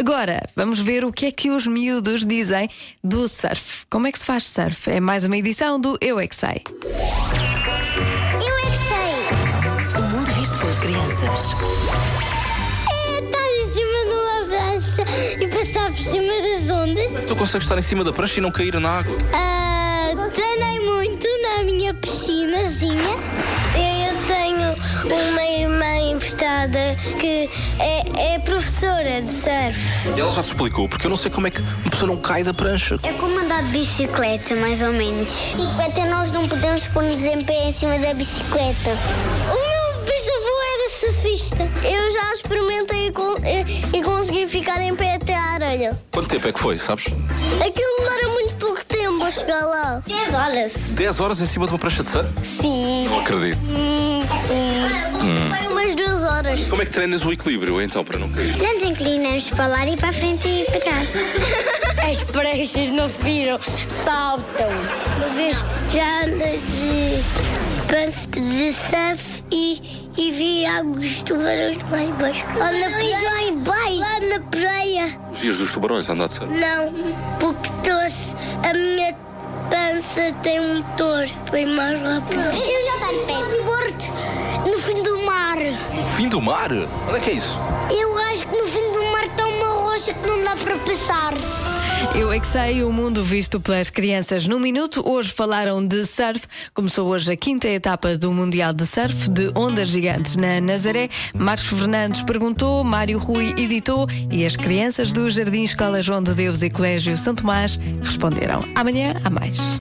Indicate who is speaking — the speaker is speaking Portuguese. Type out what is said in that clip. Speaker 1: Agora, vamos ver o que é que os miúdos dizem do surf. Como é que se faz surf? É mais uma edição do Eu É Que Sei.
Speaker 2: Eu é que sei!
Speaker 3: O mundo visto pelas crianças.
Speaker 2: É estar em cima de uma prancha e passar por cima das ondas.
Speaker 4: Tu consegues estar em cima da prancha e não cair na água.
Speaker 2: Ah, treinei muito na minha piscinazinha. Eu tenho uma irmã emprestada que é, é professora de surf.
Speaker 4: E ela já se explicou, porque eu não sei como é que uma pessoa não cai da prancha.
Speaker 2: É como andar de bicicleta, mais ou menos. Bicicleta nós não podemos pôr-nos em pé em cima da bicicleta. O meu bisavô era surfista. Eu já experimentei e con- e, e consegui ficar em pé até à areia.
Speaker 4: Quanto tempo é que foi, sabes?
Speaker 2: Aquilo demora muito pouco tempo a chegar lá. 10 horas.
Speaker 4: 10 horas em cima de uma prancha de surf?
Speaker 2: Sim.
Speaker 4: Não acredito.
Speaker 2: Hum, Sim. Foi umas 2 horas.
Speaker 4: Como é que treinas o equilíbrio então para não cair?
Speaker 2: Não nos inclinamos para lá e para a frente e para trás.
Speaker 5: As pranchas não se viram, saltam.
Speaker 2: Uma vez já andei de prancha de surf e, e vi alguns tubarões lá embaixo. Lá na praia? Lá embaixo? Lá na praia.
Speaker 4: Os dias dos tubarões a andar de surf.
Speaker 2: Não, porque trouxe a minha pança tem um motor. Foi mais lá para Eu já estou em pé. No fim do mar.
Speaker 4: Fim do mar? Onde é que é isso?
Speaker 2: Eu acho que no fim do mar está uma rocha que não dá para passar.
Speaker 1: Eu é que sei, o mundo visto pelas crianças no minuto. Hoje falaram de surf. Começou hoje a quinta etapa do Mundial de Surf de Ondas Gigantes na Nazaré. Marcos Fernandes perguntou, Mário Rui editou e as crianças do Jardim Escola João de Deus e Colégio São Tomás responderam. Amanhã há mais.